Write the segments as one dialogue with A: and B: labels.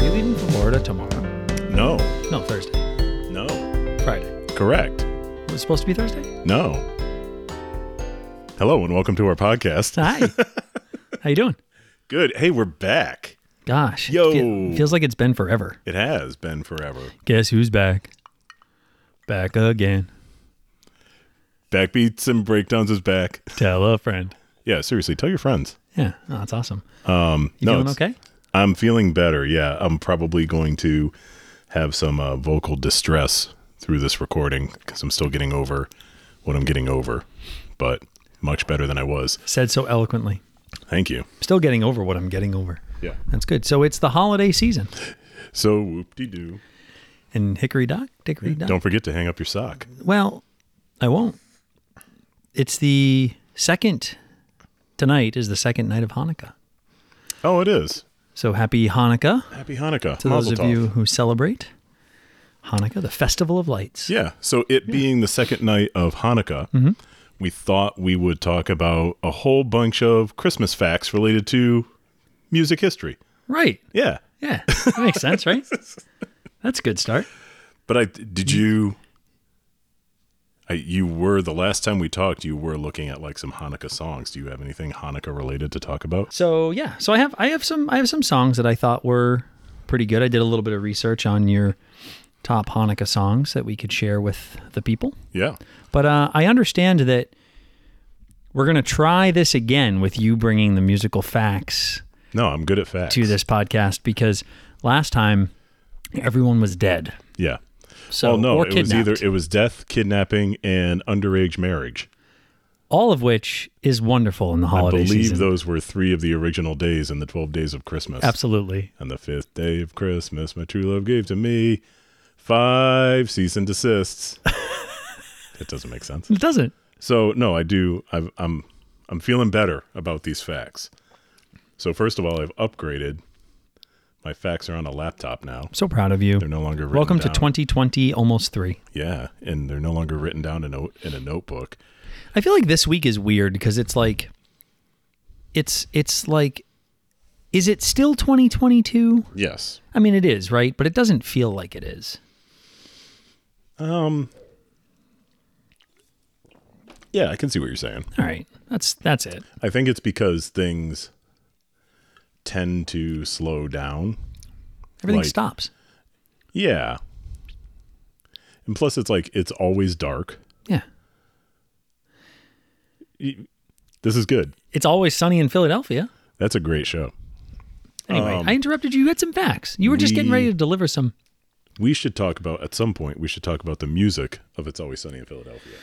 A: you leaving for Florida tomorrow?
B: No,
A: No, Thursday.
B: no.
A: Friday.
B: Correct.
A: Was it supposed to be Thursday?
B: No. Hello and welcome to our podcast.
A: Hi. How you doing?
B: Good. Hey, we're back.
A: Gosh. it
B: Yo.
A: feels like it's been forever.
B: It has been forever.
A: Guess who's back? Back again.
B: Backbeats and breakdowns is back.
A: Tell a friend.
B: Yeah, seriously, tell your friends.
A: Yeah. Oh, that's awesome.
B: Um,
A: You
B: no,
A: feeling
B: it's-
A: okay?
B: I'm feeling better. Yeah, I'm probably going to have some uh, vocal distress through this recording because I'm still getting over what I'm getting over, but much better than I was.
A: Said so eloquently.
B: Thank you.
A: Still getting over what I'm getting over.
B: Yeah.
A: That's good. So it's the holiday season.
B: So whoop de doo.
A: And Hickory Dock? Dickory Dock?
B: Don't forget to hang up your sock.
A: Well, I won't. It's the second. Tonight is the second night of Hanukkah.
B: Oh, it is.
A: So happy Hanukkah
B: Happy Hanukkah.
A: to those
B: Mazel
A: of
B: tov.
A: you who celebrate Hanukkah, the festival of lights.
B: Yeah. So it being the second night of Hanukkah,
A: Mm-hmm.
B: we thought we would talk about a whole bunch of Christmas facts related to music history.
A: Right.
B: Yeah.
A: Yeah. That makes sense, right? That's a good start.
B: But I
A: Mm.
B: did you. I, you were the last time we talked. You were looking at like some Hanukkah songs. Do you have anything Hanukkah related to talk about?
A: So yeah, so I have I have some I have some songs that I thought were pretty good. I did a little bit of research on your top Hanukkah songs that we could share with the people.
B: Yeah,
A: But uh, I understand that we're going to try this again with you bringing the musical facts
B: no, I'm good at facts.
A: to this podcast because last time everyone was dead.
B: Yeah.
A: So
B: well, no,
A: or
B: it was
A: kidnapped,
B: either it was death, kidnapping, and underage marriage.
A: all of which is wonderful in the holiday
B: Believe
A: season.
B: those were three of the original days in the twelve days of Christmas.
A: Absolutely.
B: On the fifth day of Christmas, my true love gave to me five cease and desists. that doesn't make sense.
A: It doesn't.
B: So no, I do. I've, I'm I'm feeling better about these facts. So first of all, I've upgraded. My facts are on a laptop now.
A: I'm so proud of you.
B: They're no longer written
A: Welcome to
B: down.
A: 2020 almost 3.
B: Yeah, and they're no longer written down in a, in a notebook.
A: I feel like this week is weird because it's like it's it's like is it still 2022?
B: Yes.
A: I mean it is, right? But it doesn't feel like it is.
B: Um. Yeah, I can see what you're saying.
A: All right. That's that's it.
B: I think it's because things tend to slow down.
A: Everything
B: Like-
A: stops.
B: Yeah. And plus, it's like it's always dark.
A: Yeah.
B: Y- This is good.
A: It's always sunny in Philadelphia.
B: That's a great show.
A: Anyway, I interrupted you. You had some facts. You were just getting
B: Um, we-
A: ready to deliver some.
B: We should talk about at some point. We should talk about the music of "It's Always Sunny in Philadelphia."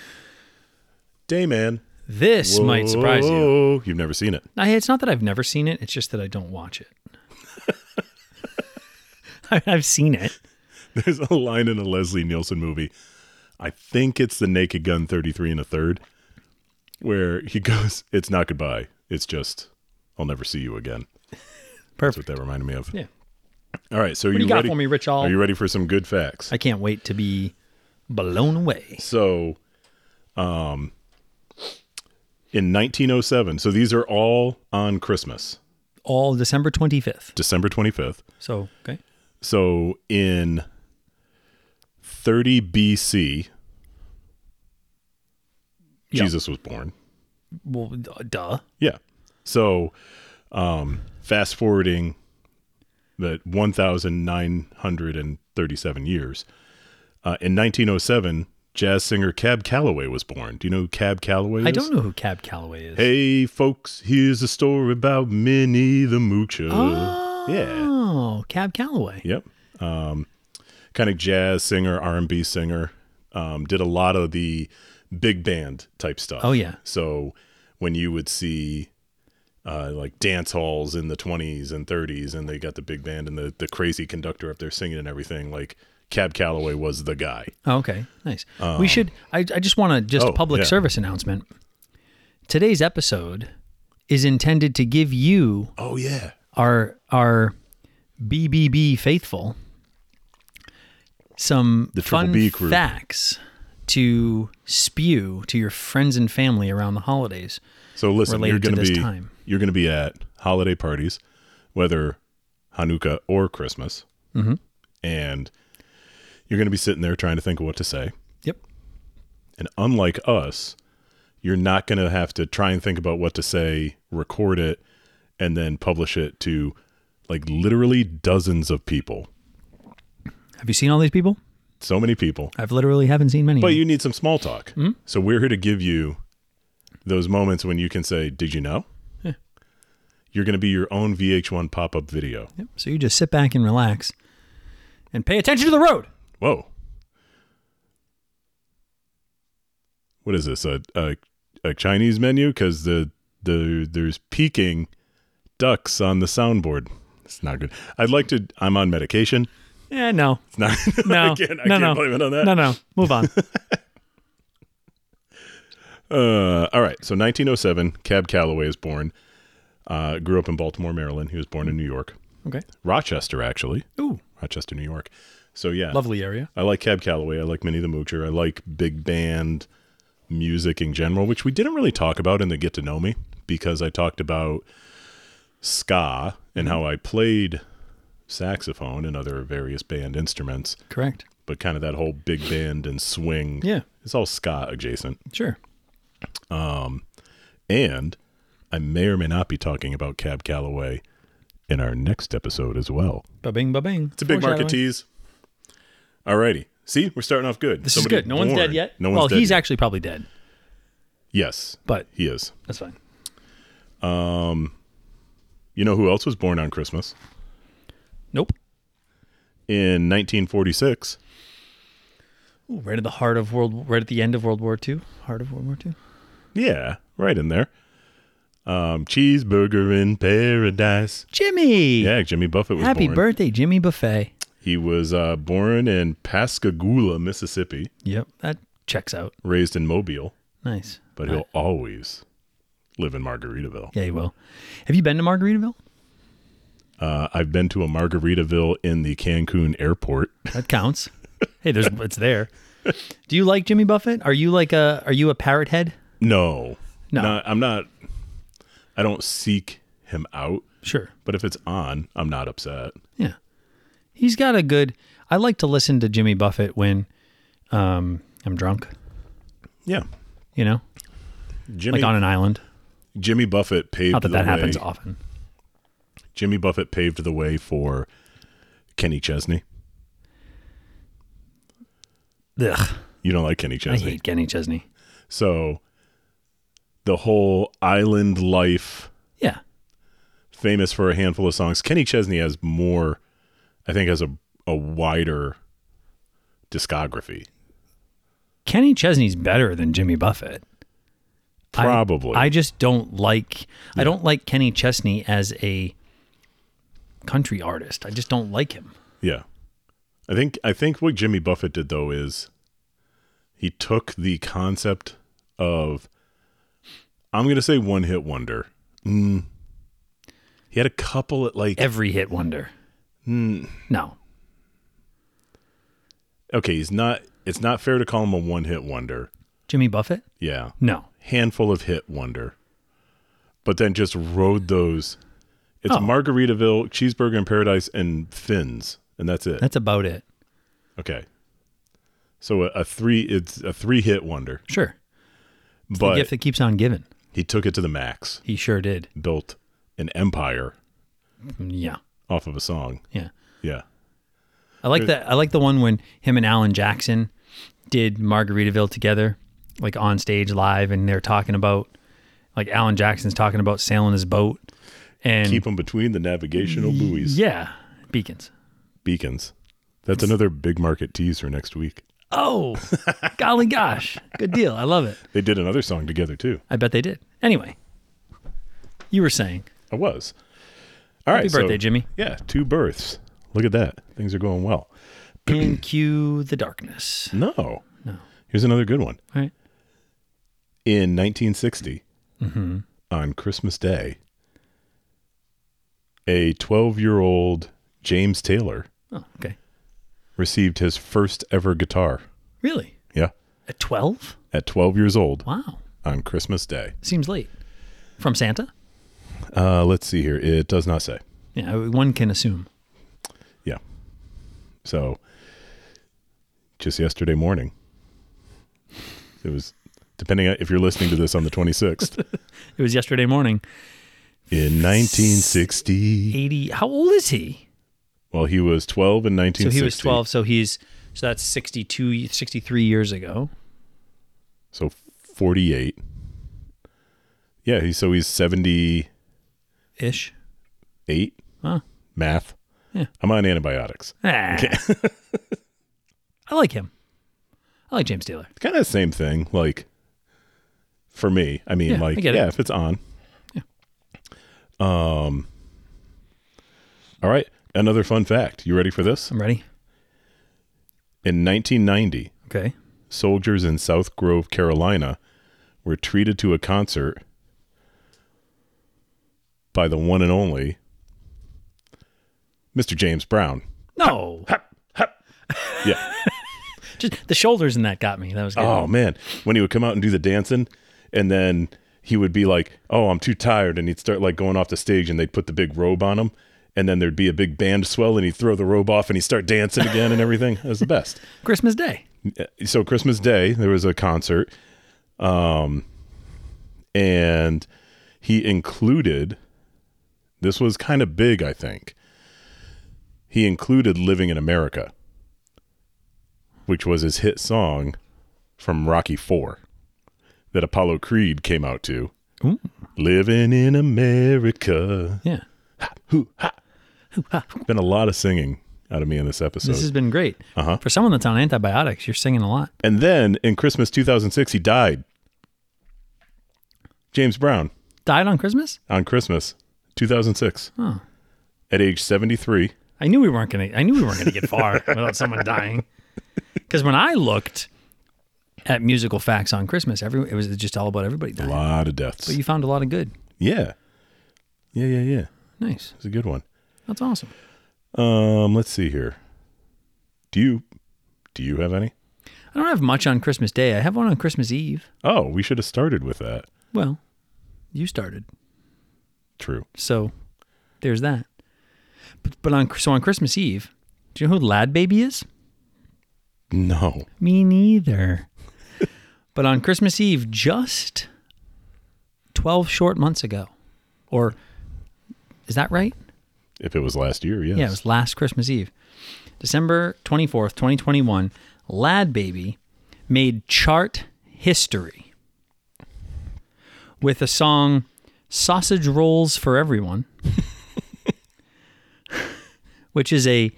B: Day man Oh,
A: This might surprise you.
B: You've never seen it.
A: I, it's not that I've never seen it. It's just that I don't watch it. I, I've seen it.
B: There's a line in a Leslie Nielsen movie. I think it's the Naked Gun 33 and a third, where he goes, "It's not goodbye. It's just I'll never see you again." That's
A: Perfect.
B: what that reminded me of.
A: Yeah.
B: All right. So are
A: What do
B: you,
A: you got
B: ready?
A: for me, Rich All?
B: Are you ready for some good facts?
A: I can't wait to be blown away.
B: So, um, in 1907, so these are all on Christmas,
A: all December 25th.
B: December 25th.
A: So, okay.
B: So, in 30 BC,
A: Yeah.
B: Jesus was born.
A: Well, d- duh.
B: Yeah. So, um, fast forwarding that 1,937 years, uh, in 1907, jazz singer Cab Calloway was born. Do you know who Cab Calloway is?
A: I don't know who Cab Calloway is.
B: Hey, folks, here's a story about Minnie the Moocher.
A: oh,
B: yeah.
A: Cab Calloway.
B: Yep. Um, kind of jazz singer, R&B singer. Um, did a lot of the big band type stuff.
A: Oh, yeah.
B: So when you would see uh, like dance halls in the 20s and 30s and they got the big band and the, the crazy conductor up there singing and everything, like Cab Calloway was the guy.
A: Oh, okay, nice. we should. I, I just want to just
B: Um, oh,
A: public
B: yeah.
A: service announcement. Today's episode is intended to give you
B: Oh, yeah.
A: our our BBB faithful some
B: The
A: fun
B: Triple B crew.
A: facts to spew to your friends and family around the holidays.
B: So listen, you're
A: related to
B: going to
A: this
B: be
A: time.
B: you're going to be at holiday parties, whether Hanukkah or Christmas,
A: Mhm.
B: and you're going to be sitting there trying to think of what to say.
A: Yep.
B: And unlike us, you're not going to have to try and think about what to say, record it, and then publish it to like literally dozens of people.
A: Have you seen all these people?
B: So many people.
A: I've literally haven't seen many.
B: But you need some small talk. So we're here to give you those moments when you can say, Did you know?
A: Yeah.
B: You're going to be your own VH1 pop up video.
A: Yep. So you just sit back and relax and pay attention to the road.
B: Whoa. What is this? A a, a Chinese menu? Because the the there's peeking ducks on the soundboard. It's not good. I'd like to. I'm on medication.
A: Yeah, no.
B: It's not.
A: No.
B: I can't, I
A: no,
B: can't
A: no.
B: blame it on that.
A: No, no. Move on.
B: Uh, all right. So 1907, Cab Calloway is born. Uh, grew up in Baltimore, Maryland. He was born in New York,
A: okay.
B: Rochester, actually,
A: Ooh,
B: Rochester, New York. So yeah,
A: lovely area.
B: I like Cab Calloway. I like Minnie the Moocher. I like big band music in general, which we didn't really talk about in the Get to Know Me because I talked about ska and how I played saxophone and other various band instruments,
A: Correct.
B: but kind of that whole big band and swing.
A: Yeah.
B: It's all ska adjacent.
A: Sure.
B: And I may or may not be talking about Cab Calloway in our next episode as well.
A: Ba bing, ba bing.
B: It's a big market tease. Alrighty. See, we're starting off good.
A: This
B: Somebody
A: is good. No one's
B: born-
A: dead yet.
B: No one's
A: well,
B: dead
A: he's
B: yet.
A: actually probably dead,
B: Yes.
A: but
B: He is.
A: that's fine.
B: You know who else was born on Christmas?
A: Nope.
B: In 1946,
A: Ooh, right at the heart of world, right at the end of World War II. Heart of World War II.
B: yeah, right in there. Um, cheeseburger in paradise.
A: Jimmy.
B: Yeah, Jimmy Buffett was
A: Happy
B: born.
A: birthday, Jimmy Buffet.
B: He was uh, born in Pascagoula, Mississippi,
A: Yep, that checks out.
B: raised in Mobile,
A: Nice.
B: but he'll always live in Margaritaville.
A: Yeah, you will. Have you been to Margaritaville?
B: Uh, I've been to a Margaritaville in the Cancun airport.
A: That counts. hey, there's it's there. Do you like Jimmy Buffett? Are you like a are you a parrot head?
B: No,
A: No.
B: not, I'm not. I don't seek him out,
A: Sure.
B: but if it's on, I'm not upset.
A: Yeah. He's got a good I like to listen to Jimmy Buffett when um I'm drunk,
B: Yeah,
A: you know?
B: Jimmy
A: Like on an island.
B: Jimmy Buffett paved
A: Not that
B: the
A: that
B: way.
A: happens often.
B: Jimmy Buffett paved the way for Kenny Chesney.
A: Ugh.
B: You don't like Kenny
A: I
B: Chesney,
A: hate Kenny Chesney.
B: so the whole island life,
A: Yeah.
B: famous for a handful of songs. Kenny Chesney has more, I think, has a a wider discography.
A: Kenny Chesney's better than Jimmy Buffett. I-
B: Probably,
A: I, just don't like I don't like Kenny Chesney as a country artist. I just don't like him.
B: yeah. I think I think what Jimmy Buffett did though is he took the concept of I'm going to say one hit wonder. Mm. He had a couple at like
A: Every hit wonder.
B: Hmm.
A: No.
B: okay, he's not. It's not fair to call him a one-hit wonder.
A: Jimmy Buffett?
B: Yeah,
A: No.
B: handful of hit wonder, but then just rode those. It's
A: Oh.
B: Margaritaville, Cheeseburger in Paradise, and Fins, and that's it.
A: That's about it.
B: Okay, so a, a three. It's a three-hit wonder,
A: Sure. The
B: but
A: gift that keeps on giving.
B: he took it to the max,
A: He sure did.
B: built an empire
A: Yeah.
B: off of a song.
A: Yeah.
B: Yeah,
A: I like that I like the one when him and Alan Jackson did Margaritaville together, like on stage live, and they're talking about like Alan Jackson's talking about sailing his boat and
B: keep them between the navigational buoys,
A: Yeah. Beacons.
B: beacons. That's another big market tease for next week.
A: Oh, golly gosh. Good deal. I love it.
B: They did another song together too.
A: I bet they did. Anyway, you were saying
B: I was. All right.
A: happy birthday,
B: so-
A: Jimmy.
B: Yeah, two births. Look at that. Things are going well.
A: And cue the darkness.
B: No. No. Here's another good one.
A: All right.
B: In 1960,
A: Mm-hmm.
B: on Christmas Day, a 12 year old James Taylor
A: Oh, okay.
B: received his first ever guitar.
A: Really?
B: Yeah.
A: At 12?
B: At 12 years old
A: Wow.
B: on Christmas Day.
A: Seems late. From Santa?
B: Uh, let's see here. It does not say.
A: Yeah, one can assume.
B: Yeah. So just yesterday morning, it was depending on if you're listening to this on the 26th
A: It was yesterday morning.
B: in 1960.
A: 80. How old is he?
B: Well, he was 12 in
A: So
B: 1960.
A: he was 12. So he's, so that's 62, 63 years ago.
B: So 48. Yeah, he, so he's 78.
A: Ish. Huh.
B: Math.
A: Yeah.
B: I'm on antibiotics.
A: Ah. I like him. I like James Taylor.
B: Kind of the same thing. Like for me, I mean,
A: Yeah,
B: like
A: I get it.
B: yeah, if it's on. Um. All right. Another fun fact. You ready for this?
A: I'm ready.
B: In 1990,
A: Okay.
B: soldiers in South Grove, Carolina, were treated to a concert by the one and only Mr. James Brown.
A: No.
B: Yeah.
A: Just the shoulders in that got me. That was good.
B: Oh man, when he would come out and do the dancing, and then he would be like, "Oh, I'm too tired," and he'd start like going off the stage, and they'd put the big robe on him, and then there'd be a big band swell, and he'd throw the robe off, and he'd start dancing again, and everything. It was the best.
A: Christmas Day.
B: Uh, So Christmas Day, there was a concert, um, and he included. This was kind of big, I think. He included "Living in America," which was his hit song from Rocky Four that Apollo Creed came out to.
A: Ooh.
B: Living in America.
A: Yeah.
B: Been a lot of singing out of me in this episode.
A: This has been great.
B: Uh-huh.
A: For someone that's on antibiotics, you're singing a lot.
B: And then in Christmas 2006, he died. James Brown
A: Died on Christmas?
B: on Christmas 2006
A: Huh.
B: at age 73.
A: I knew we weren't gonna. I knew we weren't gonna get far without someone dying. Because when I looked at musical facts on Christmas, every it was just all about everybody
B: A
A: dying.
B: lot of deaths.
A: But you found a lot of good.
B: yeah. Yeah, yeah, yeah.
A: Nice.
B: It's a good one.
A: That's awesome.
B: Um, let's see here. Do you do you have any?
A: I don't have much on Christmas Day. I have one on Christmas Eve.
B: Oh, we should have started with that.
A: Well, you started,
B: True.
A: so there's that. But, but on so on Christmas Eve, do you know who Lad Baby is?
B: No.
A: Me neither. but on Christmas Eve, just 12 short months ago, or is that right?
B: If it was last year, yes.
A: Yeah, it was last Christmas Eve, December 24th, 2021, Lad Baby made chart history with the song Sausage Rolls for Everyone, which is a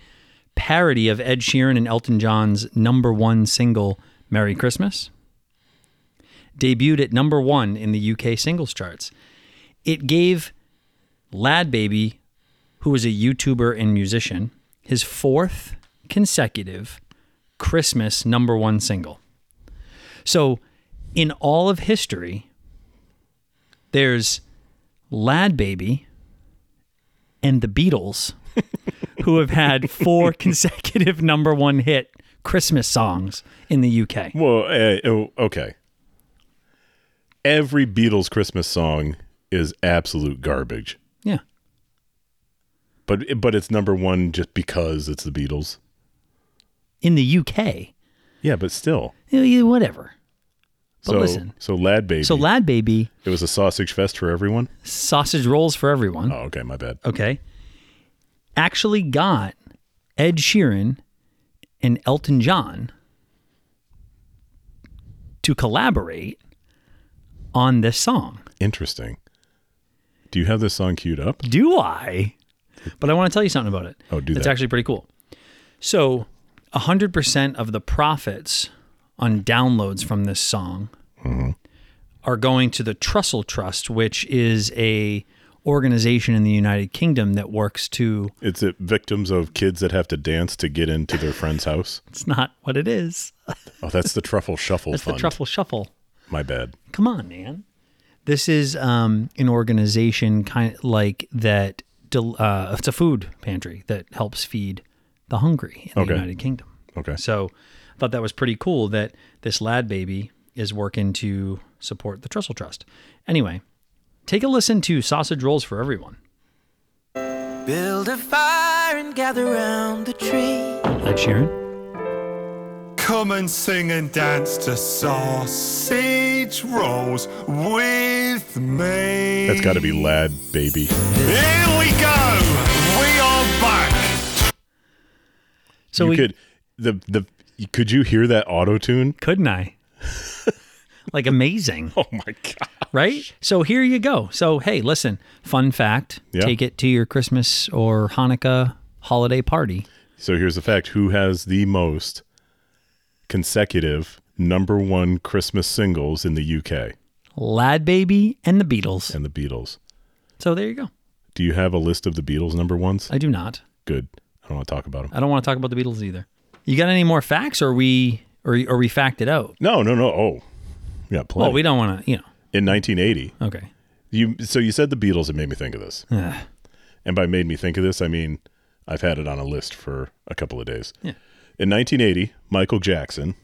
A: parody of Ed Sheeran and Elton John's number one single, Merry Christmas. Debuted at number one in the UK singles charts. It gave Lad Baby who is a YouTuber and musician, his fourth consecutive Christmas number one single. So, in all of history, there's Lad Baby and the Beatles, who have had four consecutive number one hit Christmas songs in the UK.
B: Well, eh, oh, okay. Every Beatles Christmas song is absolute garbage.
A: Yeah.
B: But but it's number one just because it's the Beatles.
A: In the UK.
B: Yeah, but still.
A: Eh, Whatever. But
B: so
A: listen.
B: so Lad Baby.
A: So, Lad Baby,
B: it was a sausage fest for everyone.
A: sausage rolls for everyone.
B: Oh, okay, my bad.
A: okay, actually got Ed Sheeran and Elton John to collaborate on this song.
B: Interesting. Do you have this song queued up?
A: Do I? But I want to tell you something about it.
B: Oh, do
A: It's
B: that.
A: actually pretty cool. So, 100% of the profits on downloads from this song
B: Mm-hmm.
A: are going to the Trussell Trust, which is a organization in the United Kingdom that works to
B: It's it victims of kids that have to dance to get into their friend's house.
A: It's not what it is.
B: Oh, that's the Truffle Shuffle
A: That's
B: Fund.
A: the truffle shuffle.
B: my bad.
A: Come on, man. This is um, an organization kind like that. del- Uh, it's a food pantry that helps feed the hungry in
B: Okay.
A: the United Kingdom.
B: Okay.
A: So I thought that was pretty cool that this lad baby is working to support the Trussell Trust. Anyway, take a listen to Sausage Rolls for Everyone.
C: Build a fire and gather round the tree.
A: Ed Sheeran.
C: Come and sing and dance to sausage rolls with me.
B: That's got to be Lad Baby.
C: Here we go. We are back.
A: So
B: you
A: we
B: could the the could you hear that auto tune?
A: couldn't I? like amazing,
B: Oh my god!
A: right? So here you go. So hey, listen, fun fact,
B: Yeah.
A: take it to your Christmas or Hanukkah holiday party.
B: So here's the fact: who has the most consecutive number one Christmas singles in the UK?
A: Lad Baby and the Beatles.
B: And the Beatles.
A: So there you go.
B: Do you have a list of the Beatles number ones?
A: I do not.
B: Good. I don't want to talk about them.
A: I don't want to talk about the Beatles either. You got any more facts or we or or we fact it out?
B: No, no, no. Oh, yeah, plenty.
A: Well, we don't want to, you know.
B: in 1980,
A: Okay.
B: you so you said the Beatles. It made me think of this.
A: Ugh.
B: And by made me think of this, I mean I've had it on a list for a couple of days.
A: Yeah.
B: In 1980, Michael Jackson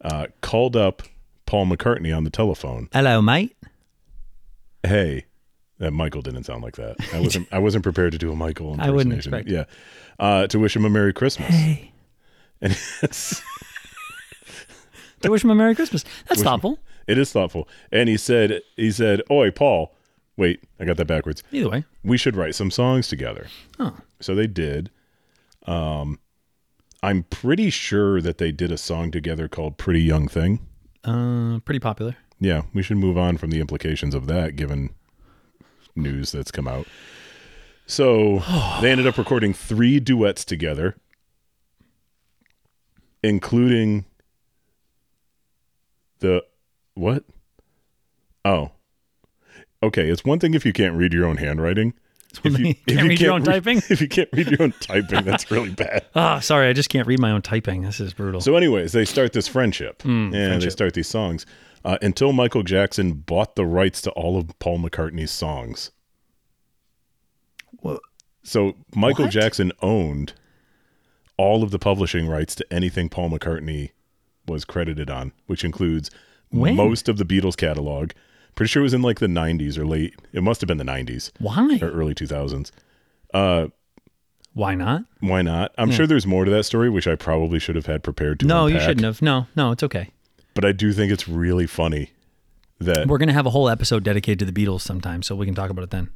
B: uh, called up Paul McCartney on the telephone.
A: Hello, mate.
B: Hey, that Michael didn't sound like that. I wasn't. I wasn't prepared to do a Michael
A: I
B: impersonation.
A: wouldn't expect
B: Yeah, uh, to wish him a Merry Christmas.
A: Hey.
B: And it's,
A: To wish him a Merry Christmas. That's thoughtful.
B: it is thoughtful. And he said, he said, "Oi, Paul. Wait, I got that backwards.
A: Either way.
B: We should write some songs together."
A: Oh.
B: So they did. Um, I'm pretty sure that they did a song together called "Pretty Young Thing."
A: Uh, pretty popular.
B: Yeah, we should move on from the implications of that given news that's come out. So they ended up recording three duets together, including the what? Oh. Okay, it's one thing if you can't read your own handwriting. If
A: thing you can't read your own typing?
B: If you can't read your own typing, that's really bad.
A: Ah, sorry, I just can't read my own typing. This is brutal.
B: So, anyways, they start this friendship,
A: Hmm,
B: and they start these songs uh, until Michael Jackson bought the rights to all of Paul McCartney's songs.
A: Wha-
B: So Michael Jackson owned all of the publishing rights to anything Paul McCartney was credited on, which includes
A: When?
B: most of the Beatles catalog. Pretty sure it was in like the 90s or late. It must have been the 90s
A: Why?
B: or early 2000s.
A: Why not?
B: Why not? I'm sure there's more to that story, which I probably should have had prepared to.
A: Hmm. No, you
B: unpack.
A: shouldn't have. No, no, it's okay.
B: but I do think it's really funny that
A: We're gonna have a whole episode dedicated to the Beatles sometime, so we can talk about it then.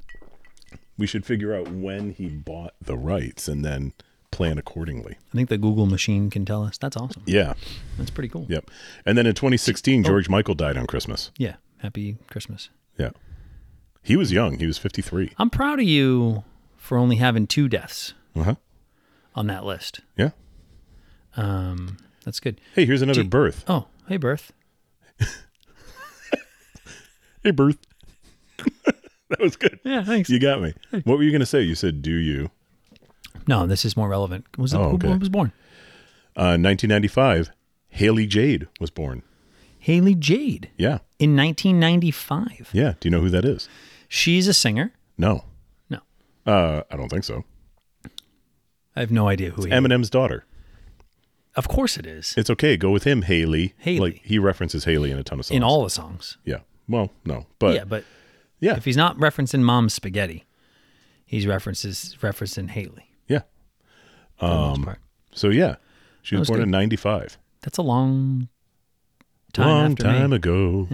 B: we should figure out when he bought the rights and then plan accordingly.
A: I think the Google machine can tell us. That's awesome.
B: Yeah.
A: That's pretty cool.
B: Yep. And then in 2016, George Michael died on Christmas.
A: Yeah. Happy Christmas.
B: Yeah. He was young. He was 53.
A: I'm proud of you for only having two deaths
B: Uh huh.
A: on that list.
B: Yeah.
A: Um, that's good.
B: Hey, here's another
A: Do-
B: birth.
A: Oh, hey, birth.
B: Hey, birth. that was good.
A: Yeah, thanks.
B: You got me. What were you going to say? You said, do you?
A: No, this is more relevant. Was the,
B: Oh,
A: who-
B: okay.
A: who was born?
B: Uh, 1995, Haley Jade was born.
A: Haley Jade
B: Yeah.
A: in 1995.
B: Yeah. Do you know who that is?
A: She's a singer.
B: No.
A: No,
B: Uh, I don't think so.
A: I have no idea who. He
B: Eminem's daughter.
A: Of course, it is
B: It's okay. Go with him, Haley.
A: Haley.
B: Like he references Haley in a ton of songs.
A: in all the songs.
B: Yeah. Well, no, but
A: yeah, but
B: yeah,
A: if he's not referencing Mom's spaghetti, he's references referencing Haley.
B: yeah.
A: For the
B: Um,
A: most part.
B: So yeah, she was
A: was
B: born
A: good.
B: in '95.
A: That's a long time
B: Long
A: after
B: time
A: me.
B: ago.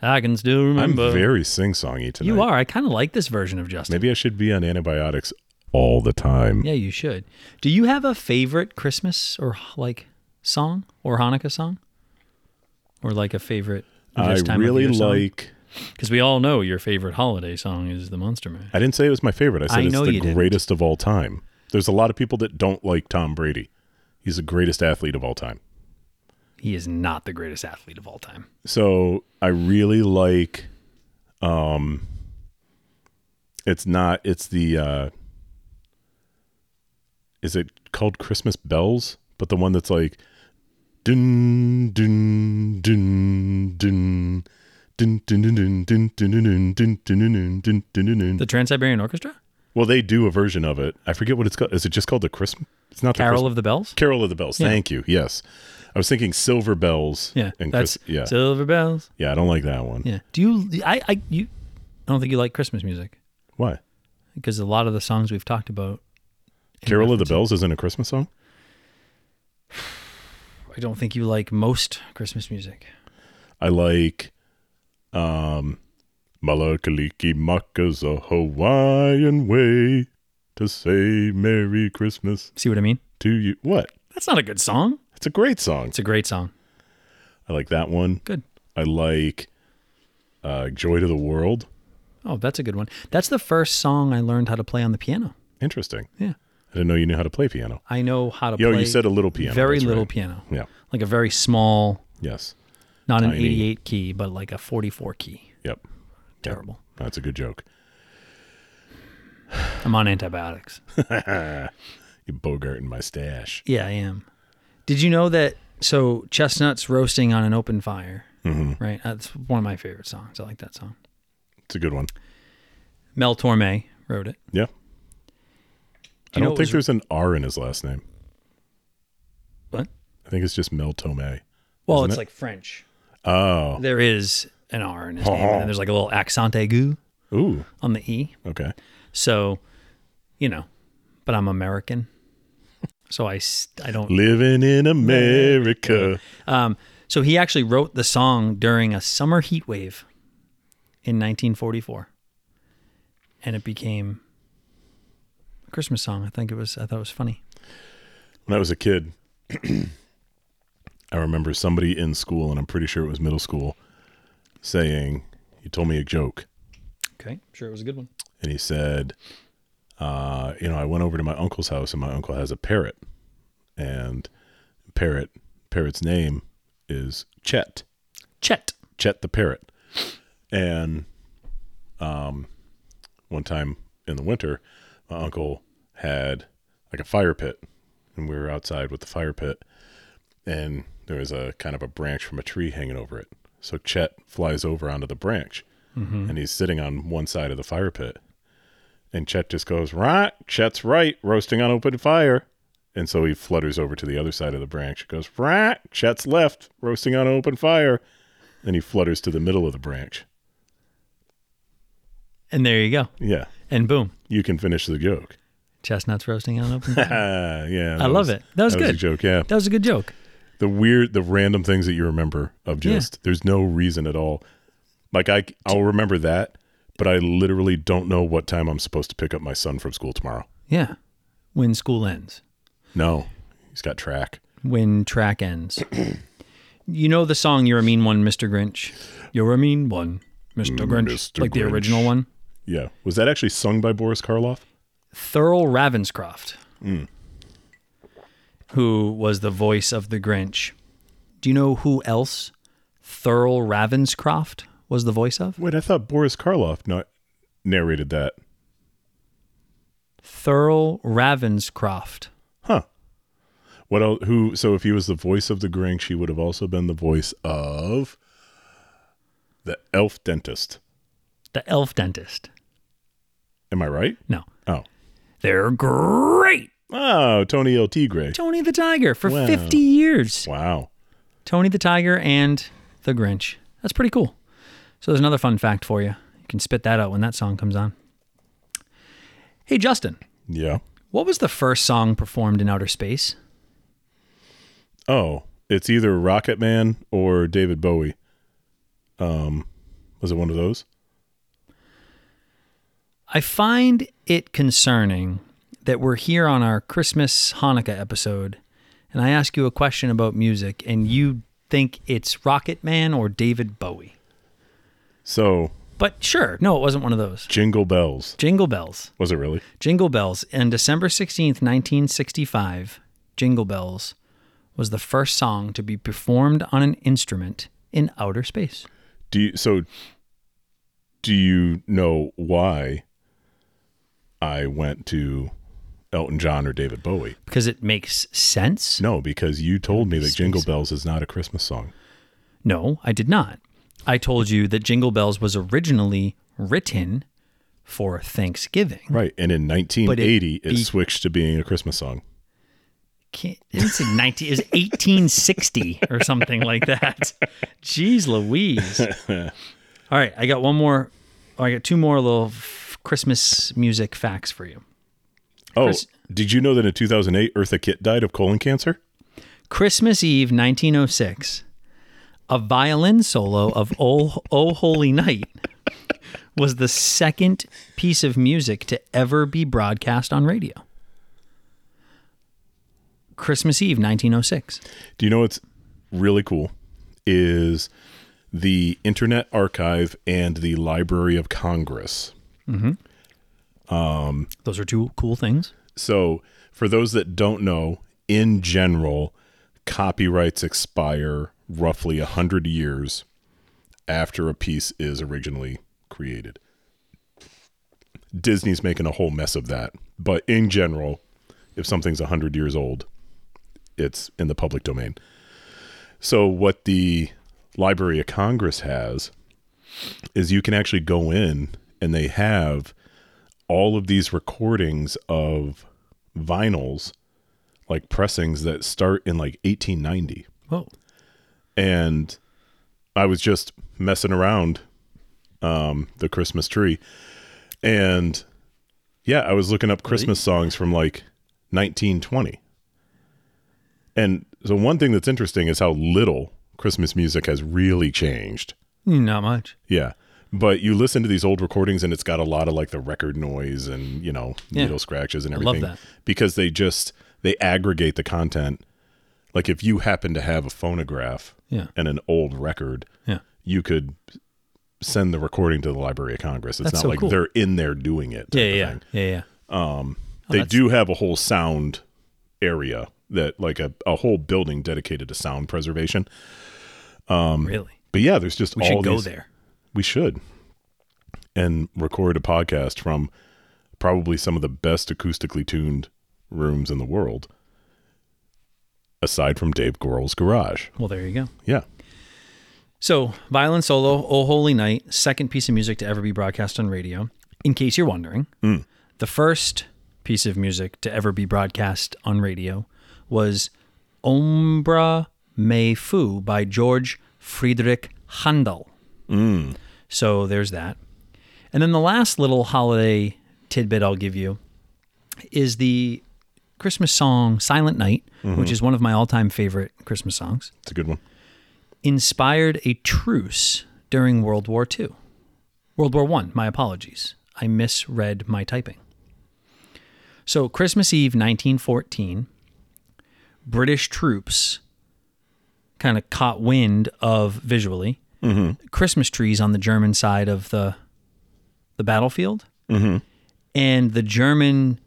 A: I can still
B: I'm
A: remember.
B: very sing-songy tonight.
A: you are. I kind of like this version of Justin.
B: Maybe I should be on antibiotics all the time.
A: Yeah, you should. Do you have a favorite Christmas or like song or Hanukkah song, or like a favorite? of
B: I
A: this time of
B: really
A: year song?
B: like.
A: Because we all know your favorite holiday song is the Monster Man.
B: I didn't say it was my favorite. I said
A: I
B: it's
A: know
B: the
A: you didn't.
B: greatest of all time. There's a lot of people that don't like Tom Brady. He's the greatest athlete of all time.
A: He is not the greatest athlete of all time.
B: So I really like um it's not it's the uh is it called Christmas Bells? But the one that's like dun dun dun dun dun dun dun dun dun dun dun dun dun dun dun dun dun dun
A: The
B: dun.
A: Trans Siberian Orchestra,
B: Well they do a version of it. I forget what it's called. Is it just called the Christmas it's not the
A: Carol
B: Christmas
A: of the Bells.
B: Carol of the Bells, thank you. Yes. I was thinking Silver Bells
A: Yeah,
B: and
A: that's
B: Chris, yeah.
A: Silver Bells.
B: Yeah, I don't like that one.
A: Yeah. Do you? I, I you. I don't think you like Christmas music
B: Why?
A: because a lot of the songs we've talked about
B: Carol of the Bells isn't a Christmas song?
A: I don't think you like most Christmas music.
B: I like um Malakaliki Maka's a Hawaiian way to say Merry Christmas
A: See what I mean?
B: to you. What?
A: That's not a good song.
B: It's a great song.
A: It's a great song.
B: I like that one.
A: Good.
B: I like uh Joy to the World.
A: Oh, that's a good one. That's the first song I learned how to play on the piano.
B: Interesting.
A: Yeah.
B: I didn't know you knew how to play piano.
A: I know how to
B: Yo,
A: play
B: you said a little piano.
A: very
B: that's
A: little
B: right.
A: piano.
B: Yeah.
A: Like a very small,
B: Yes.
A: not an
B: Tiny.
A: 88 key, but like a 44 key.
B: Yep.
A: Terrible.
B: That's a good joke.
A: I'm on antibiotics.
B: You Bogart and my stash.
A: Yeah, I am. Did you know that? So chestnuts roasting on an open fire,
B: Mm-hmm.
A: right? That's one of my favorite songs. I like that song.
B: It's a good one.
A: Mel Torme wrote it.
B: Yeah. I
A: you know
B: don't
A: it
B: think
A: was-
B: there's an R in his last name.
A: What?
B: I think it's just Mel Tomei.
A: Well,
B: Isn't
A: it's
B: it?
A: like French.
B: Oh.
A: There is an R in his name, and then there's like a little accent aigu
B: Ooh.
A: on the e.
B: Okay.
A: So, you know, but I'm American, so I s- I don't
B: Living in America.
A: Um, so he actually wrote the song during a summer heat wave in 1944, and it became a Christmas song. I think it was. I thought it was funny.
B: When I was a kid, I remember somebody in school, and I'm pretty sure it was middle school, saying, He told me a joke.
A: Okay, sure, it was a good one.
B: And he said, uh, You know, I went over to my uncle's house, and my uncle has a parrot. And parrot, parrot's name is Chet.
A: Chet.
B: Chet the parrot. And um, one time in the winter, my uncle had like a fire pit, and we were outside with the fire pit, and there was a kind of a branch from a tree hanging over it. So Chet flies over onto the branch, and he's sitting on one side of the fire pit, and Chet just goes right. Chet's right, roasting on open fire. And so he flutters over to the other side of the branch. Goes right. Chet's left, roasting on open fire. Then he flutters to the middle of the branch.
A: And there you go.
B: Yeah,
A: And boom,
B: you can finish the joke.
A: chestnuts roasting on open. fire.
B: Ah, yeah.
A: Mm. I love it. That was
B: that
A: good.
B: Was a joke, yeah.
A: that was a good joke.
B: The weird, the random things that you remember of
A: Yeah.
B: just there's no reason at all. Like I, I'll remember that, but I literally don't know what time I'm supposed to pick up my son from school tomorrow.
A: Yeah. When school ends,
B: No, he's got track.
A: when track ends. you know the song "You're a Mean One, Mr. Grinch." You're a mean one, Mr. Grinch.
B: Mr.
A: Like the
B: Grinch.
A: original one.
B: Yeah, was that actually sung by Boris Karloff?
A: Thurl Ravenscroft, who was the voice of the Grinch. Do you know who else Thurl Ravenscroft was the voice of?
B: Wait, I thought Boris Karloff not narrated that.
A: Thurl Ravenscroft.
B: Huh. What else? Who? So if he was the voice of the Grinch, he would have also been the voice of the elf dentist.
A: The elf dentist.
B: Am I right?
A: No.
B: Oh.
A: They're great.
B: Oh, Tony El Tigre.
A: Tony the Tiger for
B: Wow.
A: 50 years.
B: Wow.
A: Tony the Tiger and the Grinch. That's pretty cool. So there's another fun fact for you. You can spit that out when that song comes on. Hey, Justin,
B: Yeah.
A: what was the first song performed in outer space?
B: Oh, it's either Rocket Man or David Bowie. Um, was it one of those?
A: I find it concerning that we're here on our Christmas Hanukkah episode, and I ask you a question about music, and you think it's Rocket Man or David Bowie.
B: So
A: But sure, no, it wasn't one of those.
B: Jingle Bells.
A: Jingle Bells.
B: Was it really?
A: Jingle Bells. On December 16th, 1965, Jingle Bells was the first song to be performed on an instrument in outer space.
B: Do you, so. Do you know why I went to Elton John or David Bowie?
A: Because it makes sense?
B: No, because you told me that Jingle Bells is not a Christmas song.
A: No, I did not. I told you that Jingle Bells was originally written for Thanksgiving.
B: Right. And in 1980, it,
A: be-
B: switched to being a Christmas song.
A: Can't, it's in 19 is 1860 or something like that. Jeez Louise. All right, I got one more I got two more little f- Christmas music facts for you.
B: Oh,
A: Chris-
B: did you know that in 2008, Eartha Kitt died of colon cancer?
A: Christmas Eve, 1906, a violin solo of "Oh, oh Holy Night" was the second piece of music to ever be broadcast on radio. Christmas Eve, 1906.
B: Do you know what's really cool? Is the Internet Archive and the Library of Congress.
A: Those are two cool things.
B: So, for those that don't know, in general, copyrights expire roughly 100 years after a piece is originally created. Disney's making a whole mess of that. But in general, if something's 100 years old, it's in the public domain. So, what the Library of Congress has is you can actually go in and they have all of these recordings of vinyls, like pressings that start in like 1890.
A: Whoa.
B: And I was just messing around um, the Christmas tree. And yeah, I was looking up Christmas songs from like 1920. And so, one thing that's interesting is how little Christmas music has really changed.
A: Not much.
B: Yeah. But you listen to these old recordings and it's got a lot of like the record noise and, you know,
A: Yeah.
B: needle scratches and
A: love
B: everything.
A: that.
B: Because they just they aggregate the content. Like if you happen to have a phonograph
A: Yeah.
B: and an old record,
A: Yeah.
B: you could send the recording to the Library of Congress. It's
A: That's
B: not
A: so
B: like
A: cool.
B: they're in there doing it. type
A: Yeah.
B: of
A: Yeah. Oh,
B: thing.
A: Yeah. Yeah.
B: they do have a whole sound area that like a, a whole building dedicated to sound preservation.
A: really.
B: But yeah, there's just
A: We
B: all
A: should go
B: these-
A: there.
B: We should. And record a podcast from probably some of the best acoustically tuned rooms in the world, aside from Dave Grohl's garage.
A: Well, there you go.
B: Yeah.
A: So, violin solo, "Oh Holy Night," second piece of music to ever be broadcast on radio. In case you're wondering, the first piece of music to ever be broadcast on radio was "Ombra Me Fu" by George Friedrich Handel. So there's that. And then the last little holiday tidbit I'll give you is the Christmas song "Silent Night," which is one of my all-time favorite Christmas songs
B: It's a good one.
A: inspired a truce during World War II. World War One. my apologies. I misread my typing. So, Christmas Eve 1914, British troops kind of caught wind of visually Christmas trees on the German side of the, the battlefield. And the German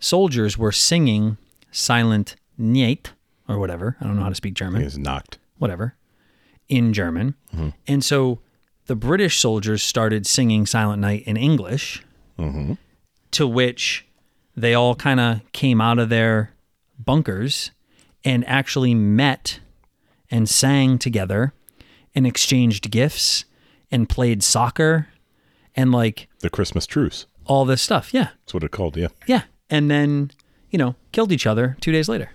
A: soldiers were singing Silent Night or whatever. I don't know how to speak German
B: It's knocked.
A: whatever, in German.
B: Mm-hmm.
A: And so the British soldiers started singing Silent Night in English,
B: Mm-hmm.
A: to which they all kind of came out of their bunkers and actually met and sang together and exchanged gifts and played soccer and like
B: The Christmas truce.
A: all this stuff. Yeah.
B: That's what it's called. Yeah.
A: Yeah. And then, you know, killed each other two days later.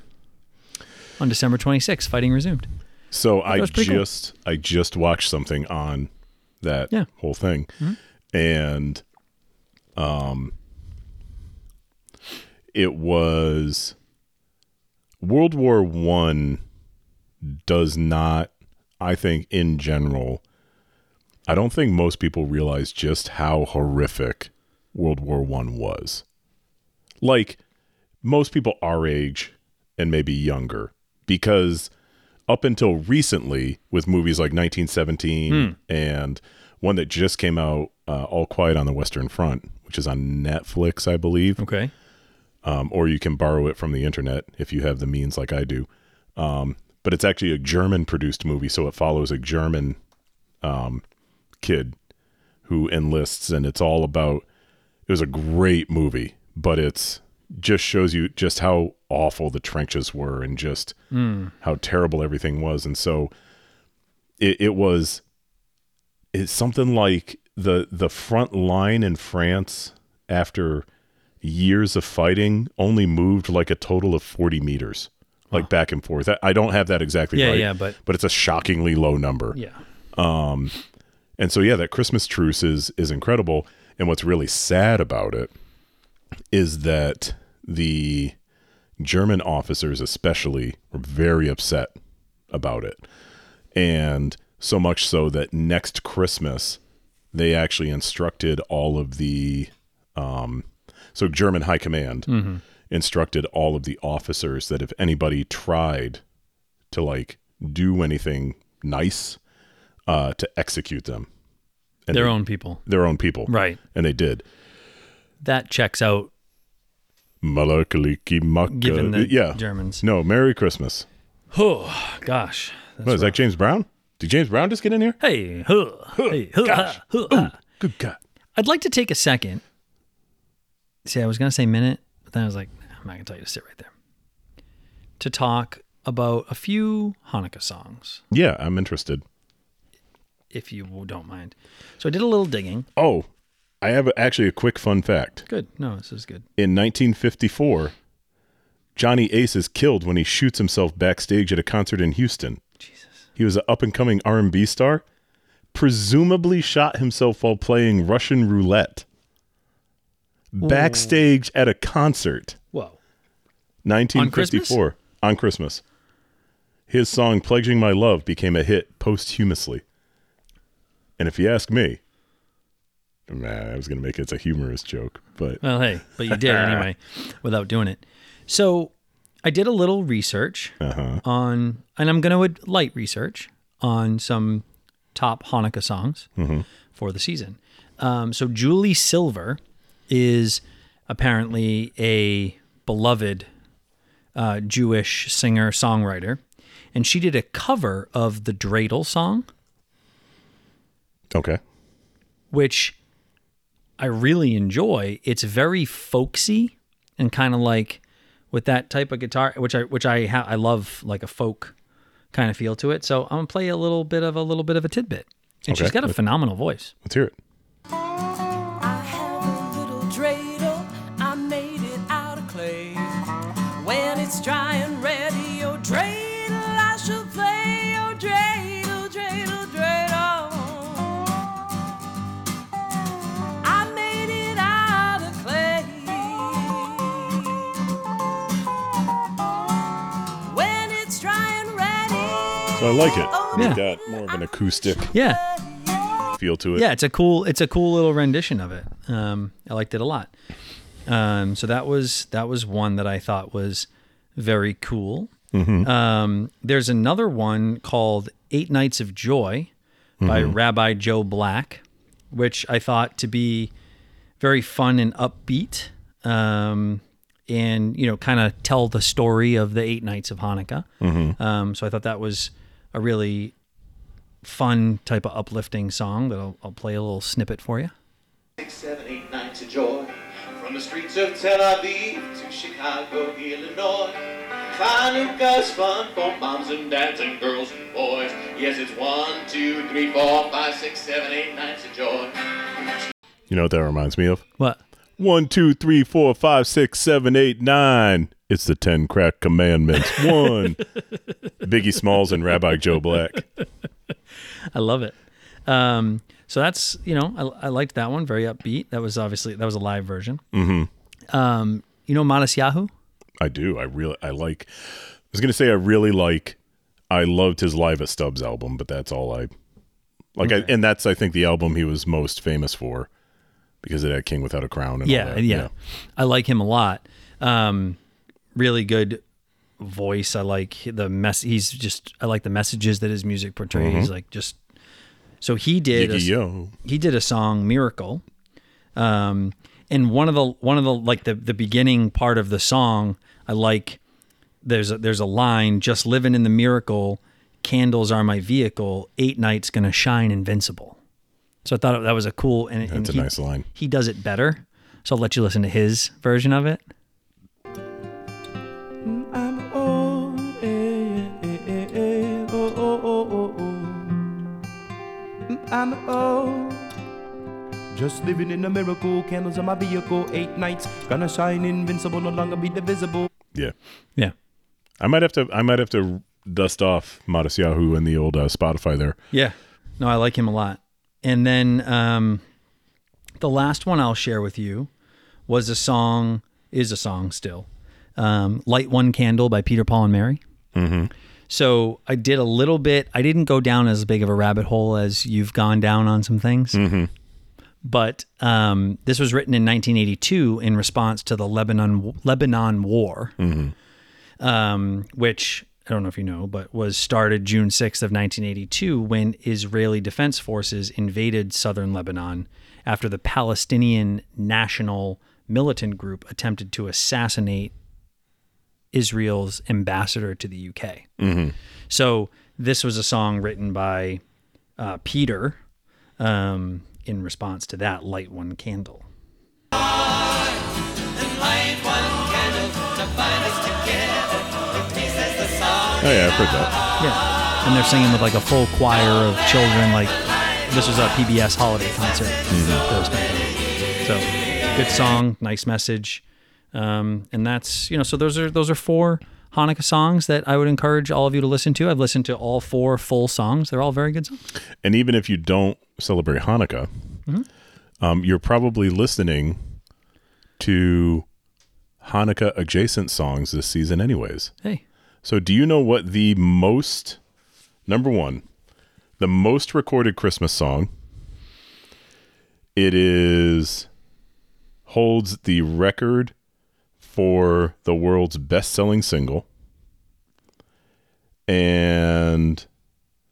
A: On December 26th, fighting resumed.
B: So I
A: was pretty cool.
B: just I just watched something on that
A: Yeah. Mm-hmm.
B: whole thing, and um, it was World War One does not. I think in general, I don't think most people realize just how horrific World War One was. Like most people our age and maybe younger, because up until recently with movies like 1917 and one that just came out uh, all quiet on the western front which is on netflix i believe
A: Okay.
B: um, or you can borrow it from the internet if you have the means like i do um, but it's actually a german produced movie so it follows a german um, kid who enlists and it's all about it was a great movie but it's just shows you just how awful the trenches were and just
A: Hmm.
B: how terrible everything was and so it, it was it's something like the the front line in france after years of fighting only moved like a total of 40 meters like back and forth I, I don't have that exactly
A: Yeah,
B: right
A: yeah, but-
B: but it's a shockingly low number
A: Yeah.
B: and so yeah, that Christmas truce is is incredible. And what's really sad about it is that the German officers, especially, were very upset about it. And so much so that next Christmas, they actually instructed all of the, um, so German High Command instructed all of the officers that if anybody tried to like do anything nice, uh, to execute them. And
A: Their
B: they-
A: own people.
B: their own people.
A: Right.
B: And they did.
A: That checks out
B: Malakaliki maka.
A: given the
B: yeah.
A: Germans.
B: No, Merry Christmas.
A: Oh, gosh. That's
B: What, is that James Brown? Did James Brown just get in here?
A: Hey, huh, hey, huh,
B: gosh.
A: huh, huh.
B: Good God.
A: I'd like to take a second. See, I was going to say minute, but then I was like, I'm not going to tell you to sit right there. To talk about a few Hanukkah songs,
B: Yeah, I'm interested.
A: if you don't mind. So I did a little digging.
B: Oh, I have actually a quick fun fact.
A: Good. No, this is good.
B: In 1954, Johnny Ace is killed when he shoots himself backstage at a concert in Houston. Jesus. He was an up-and-coming R&B star, presumably shot himself while playing Russian roulette backstage at a concert.
A: Whoa.
B: 1954 on Christmas? His song Pledging My Love became a hit posthumously. And if you ask me, nah, I was going to make it a humorous joke, but
A: Well, hey, but you did anyway without doing it. So I did a little research on, and I'm going to light research on some top Hanukkah songs for the season. Um, so Julie Silver is apparently a beloved uh, Jewish singer songwriter, and she did a cover of the Dreidel song
B: okay.
A: which I really enjoy. It's very folksy and kind of like with that type of guitar, which I which I ha- I love like a folk kind of feel to it. So I'm gonna play a little bit of a little bit of a tidbit, and she's
B: Okay.
A: got a phenomenal voice.
B: Let's hear it.
D: I have a little dreidel, I made it out of clay. When it's dry and ready, oh dreidel, I shall play. Oh dreidel, dreidel, dreidel. I made it out of clay. When it's dry and ready.
B: So I like it.
D: Oh.
A: Yeah.
B: It's got more of an acoustic
A: Yeah,
B: feel to it.
A: yeah, it's a cool it's a cool little rendition of it. Um, I liked it a lot. Um, so that was that was one that I thought was very cool.
B: Mm-hmm.
A: Um, there's another one called Eight Nights of Joy by
B: Mm-hmm.
A: Rabbi Joe Black, which I thought to be very fun and upbeat, um, and you know, kind of tell the story of the eight nights of Hanukkah.
B: Mm-hmm.
A: Um, so I thought that was a really fun type of uplifting song that I'll, I'll play a little snippet for you.
E: Six, seven, eight nights of joy. From the streets of Tel Aviv to Chicago, Illinois. Hanukkah's fun for moms and dads and girls and boys. Yes, it's one, two, three, four, five, six, seven, eight nights of joy.
B: You know what that reminds me of?
A: What?
B: One, two, three, four, five, six, seven, eight, nine. It's the Ten Crack Commandments. One. Biggie Smalls and Rabbi Joe Black.
A: I love it. Um, so that's you know I, I liked that one very upbeat. That was obviously that was a live version. Mm-hmm. Um, you know Modest Yahoo.
B: I do. I really, I like. I was gonna say I really like. I loved his Live at Stubbs album, but that's all I like. I, and that's I think the album he was most famous for because of that King Without a Crown. And all
A: Yeah,
B: that.
A: yeah, I like him a lot. Um, really good voice. I like the mess. He's just I like the messages that his music portrays. Like just so he did. a
B: Iggy
A: s-
B: Yo.
A: he did a song miracle um and one of the one of the like the the beginning part of the song i like there's a there's a line just living in the miracle candles are my vehicle eight nights gonna shine invincible so i thought that was a cool and, and
B: That's a
A: he-
B: nice line.
A: he does it better so i'll let you listen to his version of it
F: I'm old, eh, eh, eh, eh, oh, oh, oh, oh, oh. I'm old. Just living in a miracle, candles on my vehicle, eight nights, gonna shine invincible, no longer be divisible.
B: Yeah,
A: yeah
B: I might have to. I might have to dust off Modest Yahoo and the old uh, Spotify there.
A: Yeah. No, I like him a lot. And then um, the last one I'll share with you was a song is a song still. Um, Light One Candle by Peter, Paul, and Mary. Mm-hmm. So I did a little bit. I didn't go down as big of a rabbit hole as you've gone down on some things. But um, this was written in 1982 in response to the Lebanon Lebanon War, um, which I don't know if you know, but was started June 6th of 1982 when Israeli Defense Forces invaded southern Lebanon after the Palestinian National Militant Group attempted to assassinate Israel's ambassador to the UK. So this was a song written by uh, Peter um, in response to that light one candle.
B: Oh yeah, I've heard that.
A: Yeah. And they're singing with like a full choir of children. Like this was a PBS holiday concert. Those kind of things. So good song, nice message. Um, and that's you know, so those are those are four Hanukkah songs that I would encourage all of you to listen to. I've listened to all four full songs. They're all very good songs.
B: And even if you don't celebrate Hanukkah,
A: Mm-hmm.
B: um, you're probably listening to Hanukkah adjacent songs this season, anyways.
A: Hey.
B: So, do you know what the most number one, the most recorded Christmas song? It is holds the record for the world's best-selling single, and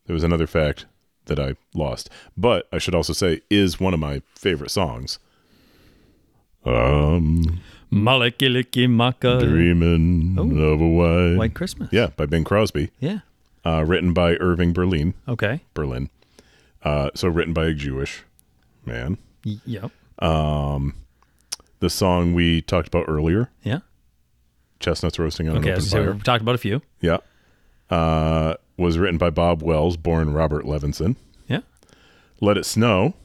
B: there was another fact that I lost, but I should also say is one of my favorite songs. Um,
A: Malakiliki Maka
B: dreaming
A: Uh, Oh.
B: of a white,
A: White Christmas.
B: yeah, by Bing Crosby,
A: Yeah.
B: uh, written by Irving Berlin.
A: Okay.
B: Berlin. Uh, so written by a Jewish man.
A: Y- yep.
B: The song we talked about earlier,
A: Yeah.
B: "Chestnuts Roasting on
A: Okay.
B: an Open
A: So
B: Fire,"
A: we've talked about a few.
B: yeah, uh, was written by Bob Wells, born Robert Levinson.
A: Yeah.
B: "Let It Snow"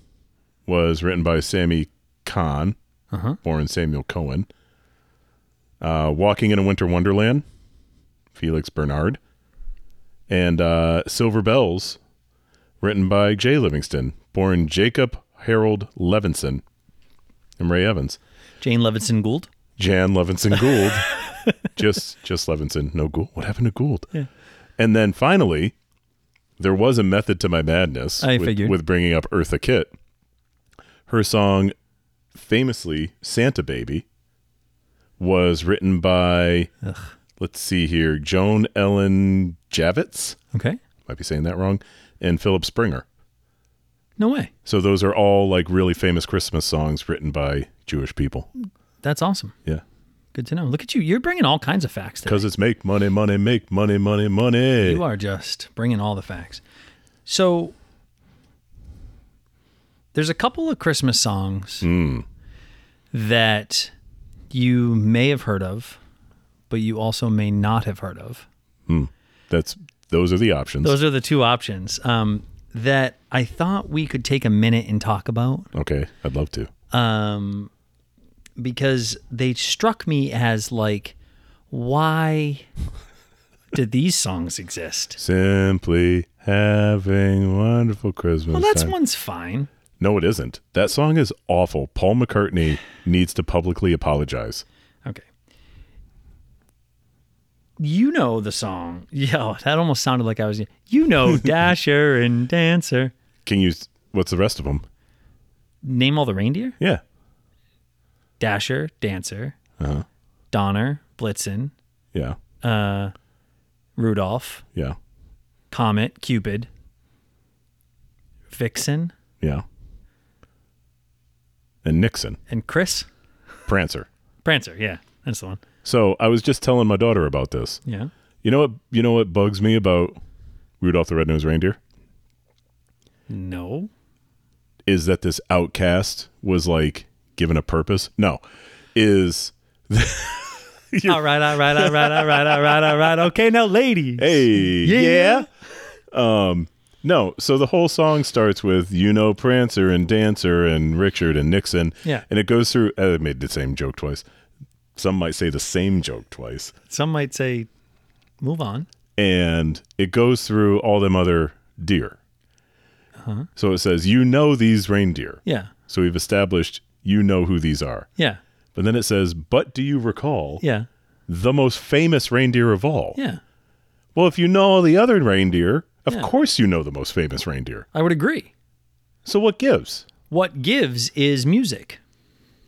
B: was written by Sammy Kahn,
A: Uh-huh.
B: born Samuel Cohen. Uh, "Walking in a Winter Wonderland," Felix Bernard, and uh, "Silver Bells," written by Jay Livingston, born Jacob Harold Levinson, and Ray Evans.
A: Jane Levinson Gould.
B: Jan Levinson Gould. just just Levinson, no Gould. What happened to Gould?
A: Yeah.
B: And then finally, there was a method to my madness
A: I
B: with,
A: figured.
B: with bringing up Eartha Kitt. Her song, famously Santa Baby, was written by, let's see here, Joan Ellen Javits.
A: Okay.
B: Might be saying that wrong. And Philip Springer.
A: No way.
B: So those are all like really famous Christmas songs written by Jewish people.
A: That's awesome.
B: Yeah.
A: Good to know. Look at you. You're bringing all kinds of facts. today.
B: Because it's make money, money, make money, money, money.
A: You are just bringing all the facts. So there's a couple of Christmas songs that you may have heard of, but you also may not have heard of.
B: That's those are the options.
A: Those are the two options um, that I thought we could take a minute and talk about
B: okay, I'd love to.
A: um, because they struck me as like, why do these songs exist?
B: Simply having wonderful Christmas.
A: Well, that's
B: time.
A: one's fine.
B: No, it isn't. That song is awful. Paul McCartney needs to publicly apologize.
A: Okay. You know the song. Yo, that almost sounded like I was. You know Dasher and Dancer.
B: Can you? What's the rest of them?
A: Name all the reindeer
B: Yeah,
A: Dasher, Dancer, Donner, Blitzen,
B: yeah,
A: Rudolph,
B: yeah,
A: Comet, Cupid, Vixen,
B: yeah. And Nixon,
A: and Chris.
B: Prancer.
A: Prancer, yeah. That's the one.
B: So I was just telling my daughter about this.
A: Yeah.
B: You know what? You know what bugs me about Rudolph the Red-Nosed Reindeer?
A: No.
B: is that this outcast was like given a purpose. No, is
A: All right, all right, all right, all right, all right, all right. Okay, now, ladies.
B: hey,
A: Yeah.
B: No, so the whole song starts with you know Prancer and Dancer and Richard and Nixon.
A: Yeah.
B: and it goes through. I made the same joke twice. Some might say the same joke twice,
A: Some might say, move on.
B: and it goes through all them other deer. So it says you know these reindeer.
A: Uh-huh. Yeah.
B: So we've established you know who these are.
A: Yeah.
B: But then it says, "But do you recall
A: Yeah.
B: the most famous reindeer of all?"
A: Yeah.
B: Well, if you know all the other reindeer, of
A: Yeah.
B: course you know the most famous reindeer.
A: I would agree.
B: So what gives?
A: What gives is music.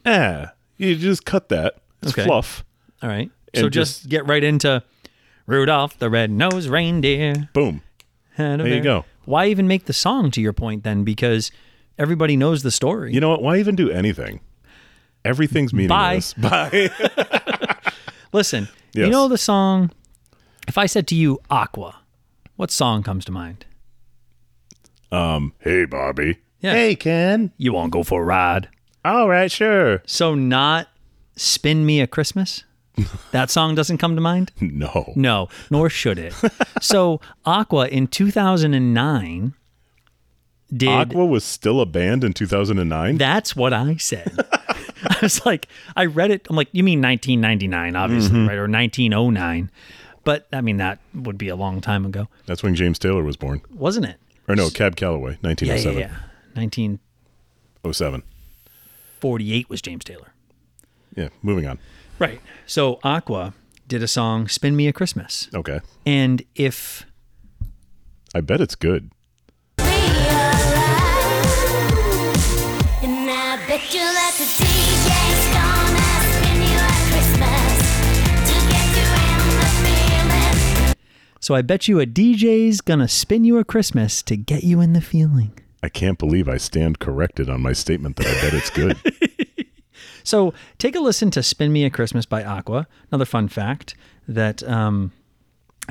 B: Eh, you just cut that. It's
A: Okay.
B: fluff.
A: All right. so
B: And
A: just,
B: just-
A: get right into Rudolph the Red-Nosed Reindeer.
B: Boom.
A: There
B: you go.
A: Why even make the song to your point then? Because everybody knows the story.
B: You know what? Why even do anything? Everything's meaningless. Bye.
A: Listen, you
B: Yes.
A: know the song. If I said to you Aqua, what song comes to mind?
B: hey, Bobby.
A: Yeah.
B: Ken.
A: You won't go for a ride.
B: All right, sure.
A: So not spin me a Christmas. That song doesn't come to mind.
B: No.
A: No, nor should it. so Aqua in 2009 did.
B: Aqua was still a band in 2009.
A: That's what I said. I was like, I read it. I'm like, you mean 1999, obviously, right? Or 1909. But I mean, that would be a long time ago,
B: That's when James Taylor was born.
A: wasn't it?
B: Or no, Cab Calloway,
A: Yeah, yeah,
B: 1907.
A: yeah. 1948
B: 07.
A: was James Taylor.
B: Yeah, moving on.
A: Right. So Aqua did a song, Spin Me a Christmas.
B: Okay.
A: And if
B: I bet it's good.
G: And I bet you that the DJ's gonna spin you at Christmas to get you in the feeling.
A: So I bet you a DJ's gonna spin you a Christmas to get you in the feeling.
B: I can't believe I stand corrected on my statement that I bet it's good.
A: So take a listen to "Spin Me a Christmas" by Aqua. Another fun fact that um,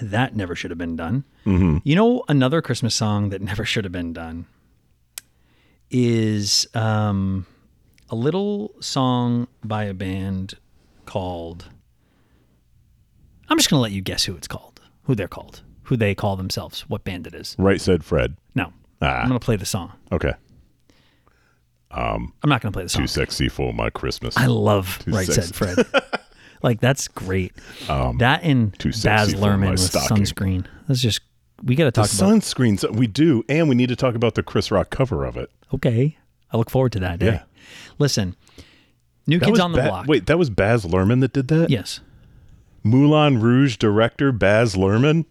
A: that never should have been done. You know, another Christmas song that never should have been done is um, a little song by a band called. I'm just gonna let you guess who it's called, who they're called, who they call themselves, what band it is.
B: right said Fred.
A: No,
B: Ah.
A: I'm gonna play the song.
B: Okay.
A: I'm not gonna play the song.
B: Too sexy for my Christmas.
A: I love Right
B: sexy. Um,
A: Said Fred. like that's great. that and
B: too sexy
A: Baz
B: for
A: Luhrmann
B: my
A: with
B: stocking.
A: sunscreen. That's just we got to talk about.
B: Sunscreens. We do. And we need to talk about the Chris Rock cover of it.
A: Okay, I look forward to that day.
B: Yeah.
A: Listen, New
B: That
A: Kids
B: was
A: on the
B: Ba-
A: Block.
B: Wait, that was Baz Luhrmann that did that?
A: yes,
B: Moulin Rouge director Baz Luhrmann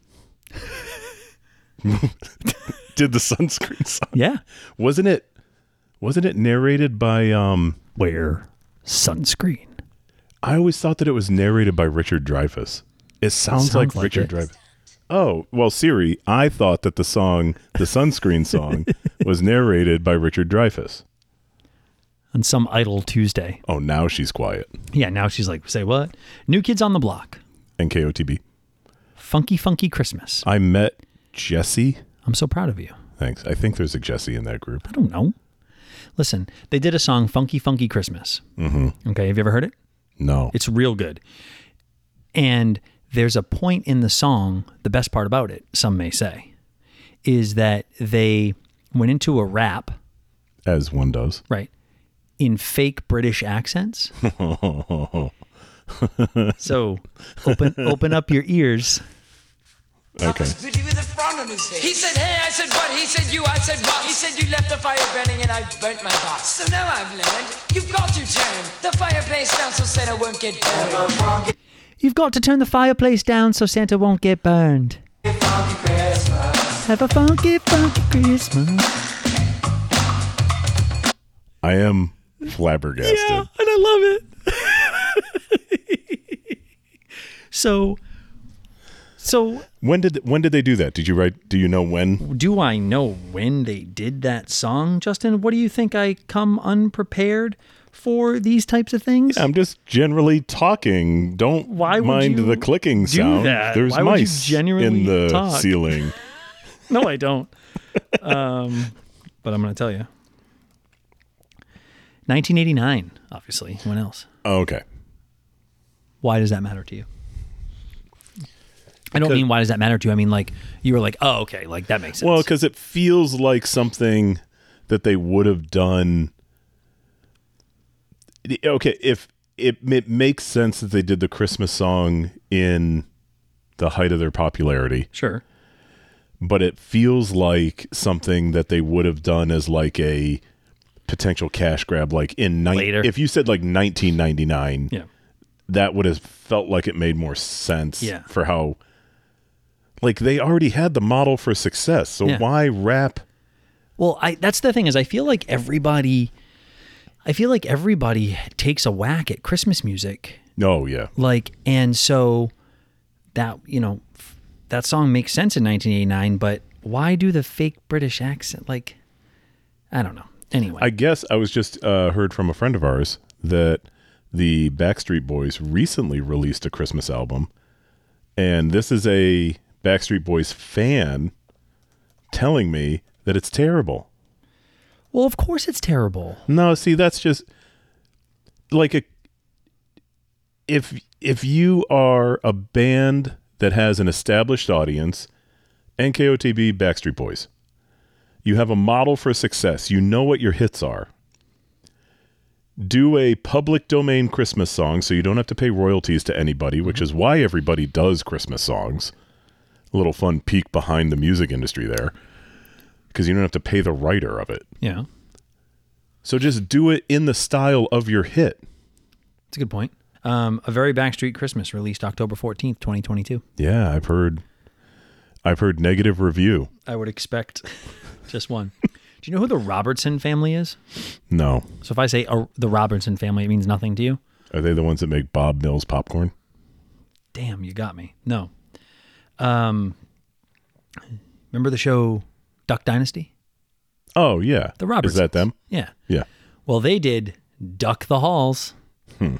B: did the sunscreen song.
A: yeah.
B: Wasn't it? Wasn't it narrated by? um
A: Wear sunscreen.
B: I always thought that it was narrated by Richard Dreyfuss. It sounds,
A: Sounds
B: like,
A: like
B: Richard
A: it.
B: Dreyfuss. Oh well, Siri. I thought that the song, the sunscreen song, was narrated by Richard Dreyfuss.
A: On some idle Tuesday.
B: Oh, now she's quiet.
A: Yeah, now she's like, say what? New Kids on the Block.
B: And KOTB.
A: Funky, funky Christmas.
B: I met Jesse.
A: I'm so proud of you.
B: Thanks. I think there's a Jesse in that group.
A: I don't know. Listen, they did a song, Funky, Funky Christmas. Mm-hmm. Okay, have you ever heard it?
B: No.
A: It's real good. And there's a point in the song, the best part about it, some may say, is that they went into a rap,
B: as one does.
A: right, in fake British accents. so open open up your ears.
B: Okay.
H: He was in front of me. He said, hey, I said what? He said you, I said what? He said you left the fire burning and I burnt my box. So now I've learned. You've got to turn. The fireplace down so Santa won't get burned.
A: You've got to turn the fireplace down so Santa won't get burned. Have a funky, funky Christmas.
B: I am flabbergasted.
A: and I love it. so, so
B: When did when did they do that? Did you write? Do you know when?
A: do I know when they did that song, Justin? What do you think? I come unprepared for these types of things.
B: I'm just generally talking. Don't
A: Why would
B: mind
A: you
B: the clicking
A: do
B: sound.
A: that?
B: There's
A: Why would you
B: mice
A: genuinely
B: in the
A: talk?
B: ceiling.
A: no, I don't. um, but I'm going to tell you. 1989, obviously. When else?
B: Okay.
A: Why does that matter to you? I don't
B: Because-
A: mean why does that matter to you. I mean like you were like, oh, okay, like that makes sense.
B: Well, because it feels like something that they would have done. Okay, if it, it makes sense that they did the Christmas song in the height of their popularity,
A: sure.
B: but it feels like something that they would have done as like a potential cash grab like in nine
A: Later.
B: if you said like 1999
A: Yeah.
B: that would have felt like it made more sense
A: Yeah.
B: for how like they already had the model for success so
A: Yeah.
B: why rap
A: Well, I that's the thing is I feel like everybody I feel like everybody takes a whack at Christmas music.
B: oh yeah
A: Like and so that, you know, f- that song makes sense in 1989, but why do the fake British accent like I don't know. Anyway.
B: i guess i was just uh, heard from a friend of ours that the backstreet boys recently released a christmas album and this is a backstreet boys fan telling me that it's terrible
A: well, of course it's terrible.
B: No, see, that's just like a if if you are a band that has an established audience, NKOTB, Backstreet Boys, you have a model for success. You know what your hits are. Do a public domain Christmas song so you don't have to pay royalties to anybody, which is why everybody does Christmas songs. A little fun peek behind the music industry there, because you don't have to pay the writer of it.
A: Yeah.
B: So just do it in the style of your hit.
A: It's a good point. Um, a very Backstreet Christmas released October 14th, 2022.
B: Yeah, I've heard I've heard negative review.
A: I would expect just one. Do you know who the Robertson family is?
B: No.
A: So if I say uh, the Robertson family, it means nothing to you?
B: Are they the ones that make Bob Mills popcorn?
A: Damn, you got me. No. Um, remember the show Duck Dynasty?
B: Oh, yeah.
A: The Robertsons.
B: Is that them?
A: Yeah.
B: Yeah.
A: Well, they did Duck the Halls.
B: Hmm,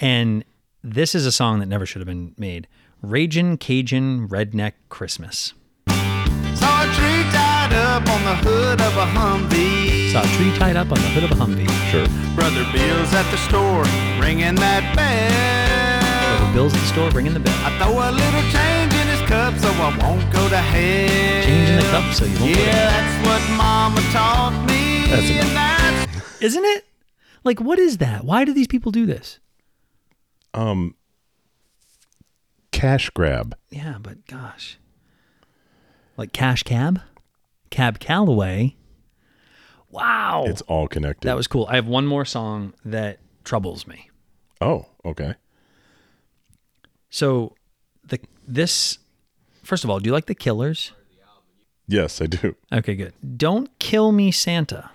A: And this is a song that never should have been made Ragin' Cajun Redneck Christmas.
C: Saw a tree tied up on the hood of a Humvee.
A: Saw a tree tied up on the hood of a Humvee.
B: Sure.
C: Brother Bill's at the store, ringing that bell.
A: Over Bill's at the store ringing the bell.
C: I throw a little change in his cup so I won't go to hell.
A: Change in the cup so you won't go to
C: Yeah,
A: hell.
C: that's what Mama taught me.
B: That's enough.
C: and that's
A: Isn't it? Like, what is that? Why do these people do this?
B: Um, Cash grab.
A: Yeah, but gosh. Like Cash Cab? Cab Calloway? Wow.
B: It's all connected.
A: Oh. that was cool. I have one more song that troubles me.
B: Oh, okay.
A: So, the this first of all, do you like the Killers?
B: Yes, I do.
A: Okay, good. Don't Kill Me Santa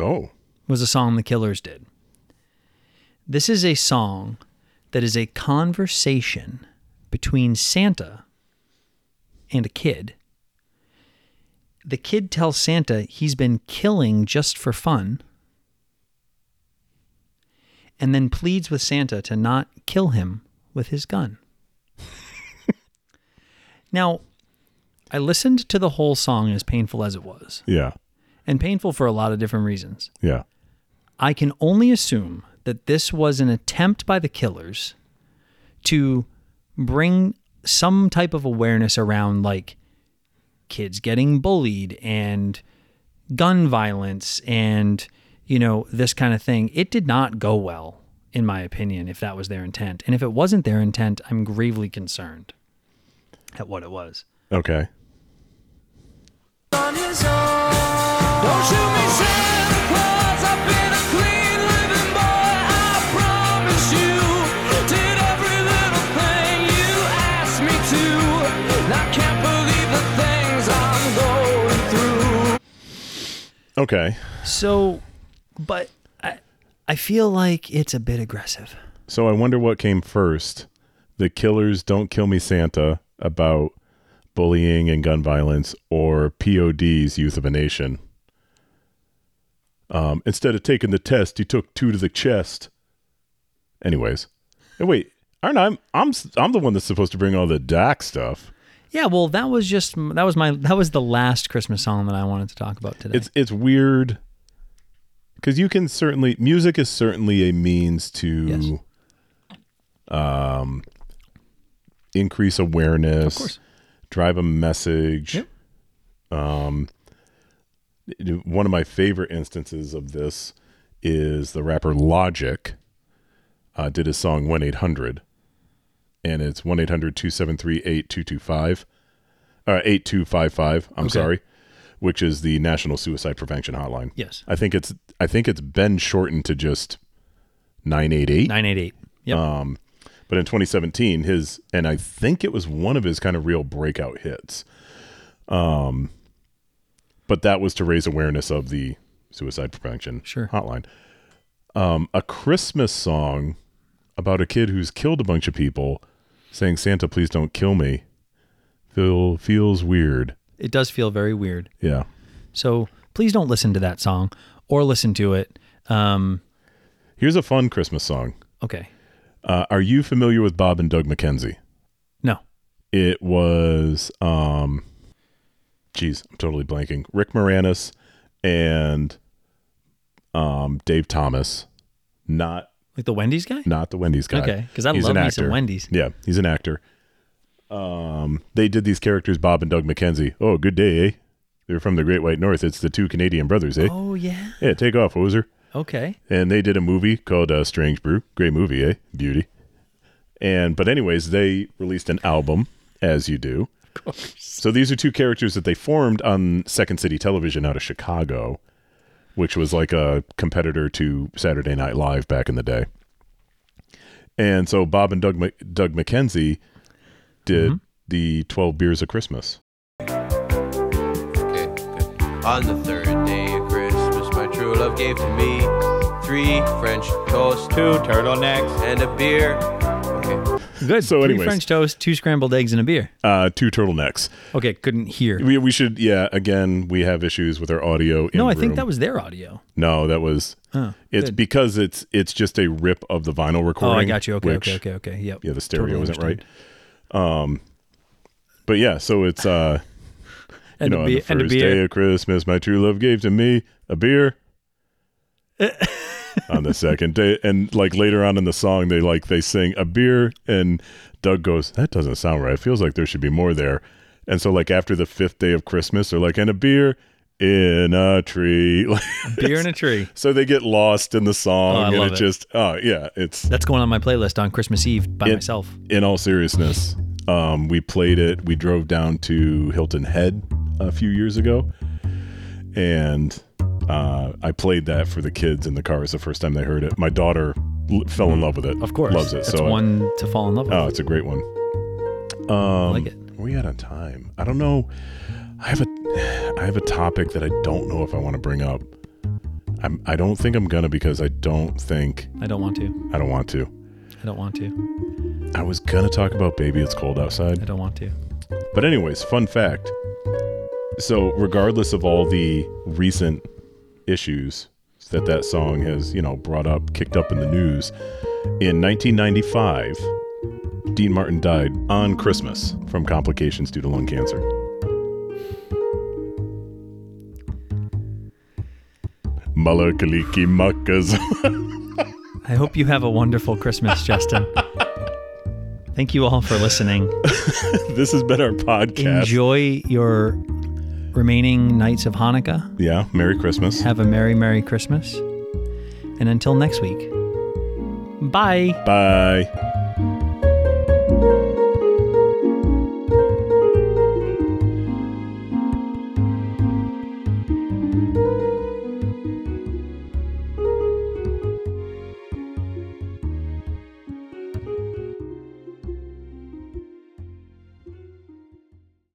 B: Oh.
A: was a song the Killers did. This is a song that is a conversation between Santa and a kid. The kid tells Santa he's been killing just for fun and then pleads with Santa to not kill him with his gun. now, I listened to the whole song as painful as it was,
B: Yeah.
A: and painful for a lot of different reasons.
B: Yeah.
A: I can only assume that this was an attempt by the killers to bring some type of awareness around like kids getting bullied and gun violence and you know this kind of thing. It did not go well in my opinion if that was their intent. And if it wasn't their intent, I'm gravely concerned at what it was.
B: Okay.
D: on his own. Don't shoot me, Santa Claus. I've been a clean living boy. I promise you. Did every little thing you asked me to. And I can't believe the things I'm going through.
B: Okay.
A: So but I I feel like it's a bit aggressive.
B: So I wonder what came first. The killers don't kill me Santa about bullying and gun violence or POD's Youth of a Nation. Um, instead of taking the test, he took two to the chest. Anyways. Hey, wait, aren't I I'm I'm the one that's supposed to bring all the doc stuff.
A: Yeah, well, that was just that was my that was the last Christmas song that I wanted to talk about today.
B: It's it's weird because you can certainly music is certainly a means to
A: Yes.
B: um increase awareness, drive a message.
A: Yep.
B: Um, one of my favorite instances of this is the rapper Logic uh, did his song one eight hundred, and it's one 800 273 8225 uh, 8255. I'm sorry. which is the National Suicide Prevention Hotline.
A: Yes.
B: I think it's I think it's been shortened to just 988.
A: 988. Yep.
B: Oh. But in 2017, his and I think it was one of his kind of real breakout hits. Um, but that was to raise awareness of the suicide prevention
A: Sure.
B: hotline. Um, a Christmas song about a kid who's killed a bunch of people, saying "Santa, please don't kill me." Feel feels weird.
A: it does feel very weird.
B: Yeah,
A: So please don't listen to that song or listen to it. Um,
B: here's a fun Christmas song.
A: okay.
B: Uh, are you familiar with Bob and Doug McKenzie?
A: No.
B: It was um geez, I'm totally blanking. Rick Moranis and um Dave Thomas. Not
A: Like the Wendy's guy?
B: not the Wendy's guy.
A: Okay, 'cause I
B: He's
A: love
B: an
A: me some
B: actor.
A: Wendy's.
B: Yeah, he's an actor. Um they did these characters Bob and Doug McKenzie. Oh, good day, eh? They're from the Great White North. It's the two Canadian brothers, eh?
A: Oh, yeah.
B: Yeah, take off, Ozer.
A: Okay.
B: And they did a movie called uh, Strange Brew. Great movie, eh? Beauty. And but anyways, they released an album, as you do. Of course. So these are two characters that they formed on Second City Television out of Chicago, which was like a competitor to Saturday Night Live back in the day. And so Bob and Doug Mc- Doug McKenzie did
A: Mm-hmm.
B: the Twelve Beers of Christmas.
I: Okay, good. On the third day of Christmas, my true love gave to me three French toasts, two turtlenecks, and a beer. Okay.
A: Good.
B: So
A: Three
B: anyways.
A: French toast, two scrambled eggs, and a beer.
B: Uh, two turtlenecks.
A: Okay. Couldn't hear.
B: We, we should yeah. Again, we have issues with our audio. In
A: No, I think
B: room.
A: that was their audio.
B: No, that was
A: Oh,
B: it's
A: good.
B: because it's it's just a rip of the vinyl
A: Oh,
B: recording.
A: I got you. Okay.
B: which-
A: okay. Okay. Okay. Yep.
B: Yeah, the stereo
A: Totally
B: isn't right.
A: understand.
B: Um, but yeah, so it's uh, you
A: And,
B: know,
A: a,
B: on
A: be-
B: the
A: and a
B: first day
A: beer.
B: of Christmas, my true love gave to me a beer. on the second day, and like later on in the song, they like they sing a beer, and Doug goes, "That doesn't sound right. It feels like there should be more there." And so, like after the fifth day of Christmas, they're like, "And a beer in a tree." Like,
A: beer in a tree.
B: so they get lost in
A: Oh,
B: the
A: I
B: song,
A: love
B: and it,
A: it.
B: just oh yeah, it's
A: That's going on my playlist on Christmas Eve by
B: It-
A: myself.
B: in all seriousness. Um, we played it. We drove down to Hilton Head a few years ago, and uh, I played that for the kids in the car. It's the first time they heard it. My daughter l- fell in love with it.
A: Of course.
B: loves it.
A: That's
B: so uh,
A: one to fall in love with.
B: oh, it's a great one.
A: I like it.
B: Are we out of time? I don't know. I have a I have a topic that I don't know if I want to bring up. I'm I don't think I'm gonna because I don't think
A: I don't want to.
B: I don't want to.
A: I don't want to.
B: I was gonna talk about baby, it's cold outside.
A: I don't want to.
B: But anyways, fun fact. So regardless of all the recent issues that that song has, you know, brought up, kicked up in the news, in 1995, Dean Martin died on Christmas from complications due to lung cancer. Malakaliki makas.
A: I hope you have a wonderful Christmas, Justin. Thank you all for listening.
B: this has been our podcast.
A: Enjoy your remaining nights of Hanukkah.
B: Yeah, Merry Christmas.
A: Have a Merry, Merry Christmas. And until next week, bye.
B: Bye.